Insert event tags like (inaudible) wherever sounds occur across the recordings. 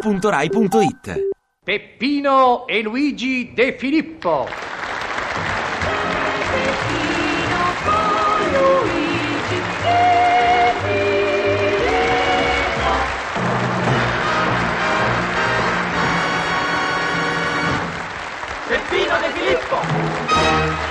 radio2pod.rai.it Peppino e Luigi De Filippo. Peppino De Filippo!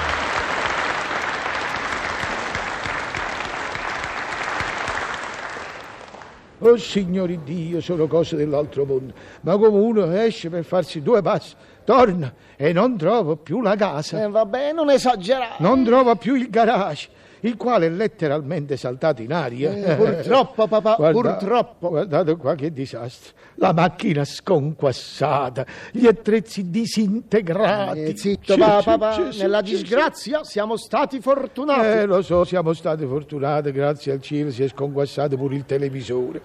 Oh signori Dio, sono cose dell'altro mondo. Ma come uno esce per farsi due passi, torna e non trova più la casa, Eh, vabbè, non esagerare. non trova più il garage, il quale è letteralmente saltato in aria. Eh, purtroppo, papà, (laughs) Guarda- purtroppo. Guardate qua che disastro. La macchina sconquassata, gli attrezzi disintegrati. Eh, Ah, zitto, Sì, papà, sì, papà. sì, sì, Nella sì, sì. disgrazia siamo stati fortunati. Eh, lo so, siamo stati fortunati, grazie al cielo si è sconquassato pure il televisore.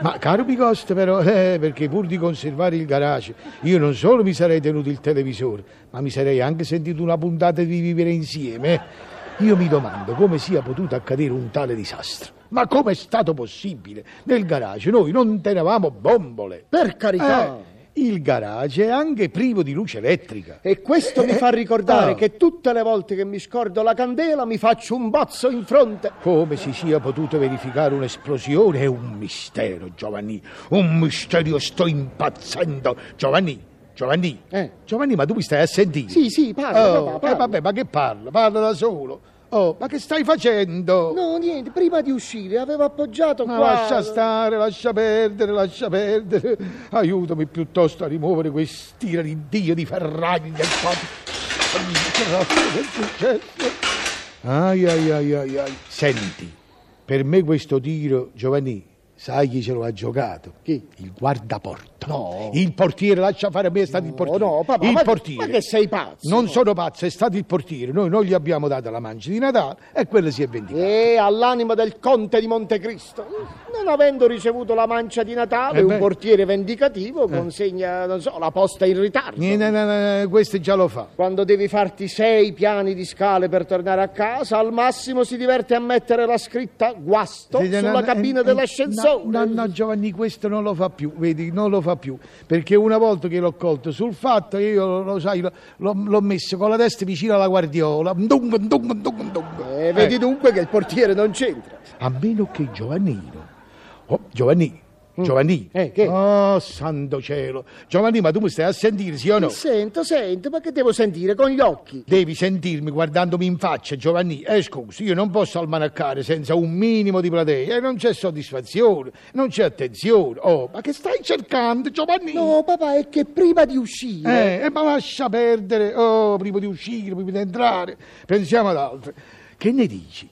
Ma caro Picosta però, (laughs) eh, perché pur di conservare il garage, io non solo mi sarei tenuto il televisore, ma mi sarei anche sentito una puntata di vivere insieme. eh. Io mi domando come sia potuto accadere un tale disastro. Ma come è stato possibile? Nel garage noi non tenevamo bombole. Per carità. Eh, il garage è anche privo di luce elettrica. E questo mi fa ricordare Ah. che tutte le volte che mi scordo la candela mi faccio un bozzo in fronte. Come si sia potuto verificare un'esplosione è un mistero, Giovanni. Un mistero, sto impazzendo. Giovanni, Giovanni, Eh. Giovanni, ma tu mi stai a sentire? Sì, sì, parla, Oh, papà, eh, parla. vabbè, ma che parla? Parla da solo. Oh, ma che stai facendo? No, niente, prima di uscire avevo appoggiato Ma qua. lascia stare, lascia perdere, lascia perdere. Aiutami piuttosto a rimuovere quest'ira di Dio di ferraglia qua. Che è successo? Ai ai ai ai ai. Senti, per me questo tiro, Giovanni, sai chi ce lo ha giocato? Chi? Il guardaporta. No. Il portiere, lascia fare a me, è stato il portiere. Oh, no, papà, il ma- portiere. ma che sei pazzo? Non sono pazzo, è stato il portiere. Noi non gli abbiamo dato la mancia di Natale e quello si è vendicato. E all'anima del conte di Montecristo. Non avendo ricevuto la mancia di Natale, Eh beh. un portiere vendicativo consegna, non so, la posta in ritardo. Eh, no, no, no, no, questo già lo fa. Quando devi farti sei piani di scale per tornare a casa, al massimo si diverte a mettere la scritta guasto Sì, no, sulla no, cabina eh, dell'ascensore. No, no, no, Giovanni, questo non lo fa più, vedi, non lo fa più. Perché una volta che l'ho colto sul fatto, io lo, lo sai, lo- l'ho, l'ho messo con la testa vicino alla guardiola. Ndung, ndung, ndung, ndung. Eh, vedi Eh, dunque che il portiere non c'entra. a meno che Giovannino. Oh, Giovanni, Giovanni. Eh, che? Oh, santo cielo. Giovanni, ma tu mi stai a sentire, sì o Oh, no? Sento, sento, ma che devo sentire con gli occhi? Devi sentirmi guardandomi in faccia, Giovanni. Eh, scusi, io non posso almanaccare senza un minimo di platea. E non c'è soddisfazione, non c'è attenzione. Oh, ma che stai cercando, Giovanni? No, papà, è che prima di uscire. Eh, eh, ma lascia perdere. Oh, prima di uscire, prima di entrare. Pensiamo ad altro. Che ne dici?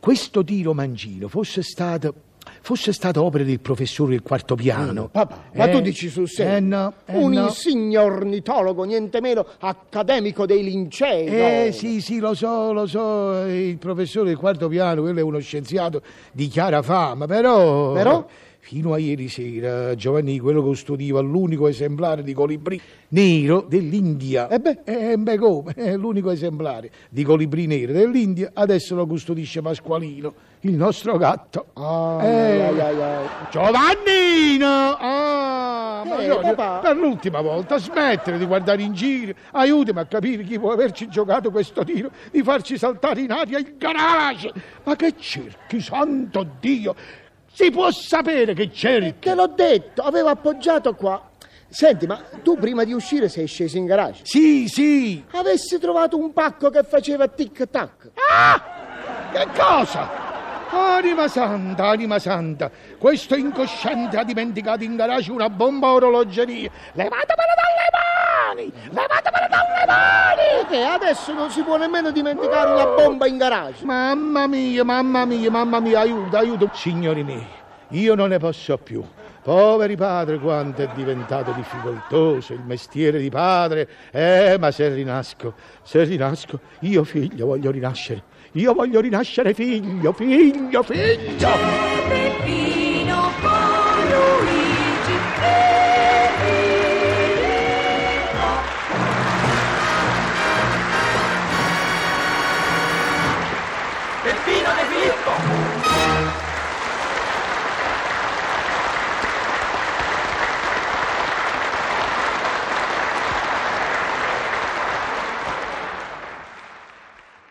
Questo tiro mangino fosse stato. Fosse stata opera del professore del quarto piano. Papà, ma Eh, tu dici sul serio? Eh no, eh un no. insigne ornitologo, niente meno, accademico dei lincei. Eh no? sì, sì, lo so, lo so, eh, il professore del quarto piano, quello è uno scienziato di chiara fama, però... Però? Fino a ieri sera Giovanni, quello custodiva l'unico esemplare di colibrì nero dell'India. Eh beh. Eh, beh, come? È l'unico esemplare di colibrì nero dell'India, adesso lo custodisce Pasqualino, il nostro gatto. Ah, Eh. ai, ai, ai. Giovannino! Ah, ma Eh, io- papà. per l'ultima volta smettere di guardare in giro, aiutami a capire chi può averci giocato questo tiro, di farci saltare in aria il garage. Ma che cerchi, santo Dio? Si può sapere che cerchi? Te l'ho detto, avevo appoggiato qua. Senti, ma tu prima di uscire sei sceso in garage. Sì, sì. Avessi trovato un pacco che faceva tic tac. Che cosa? Anima santa, anima santa, questo incosciente ha dimenticato in garage una bomba a orologeria. Levatemela dalle mani! Levatemela dalle mani! Perché adesso non si può nemmeno dimenticare una bomba in garage. Mamma mia, mamma mia, mamma mia, aiuto, aiuto. Signori miei, io non ne posso più. Poveri padre, quanto è diventato difficoltoso il mestiere di padre. Eh, ma se rinasco, se rinasco, io figlio voglio rinascere. Io voglio rinascere figlio, figlio, figlio. Peppino con Luigi Peppino De Filippo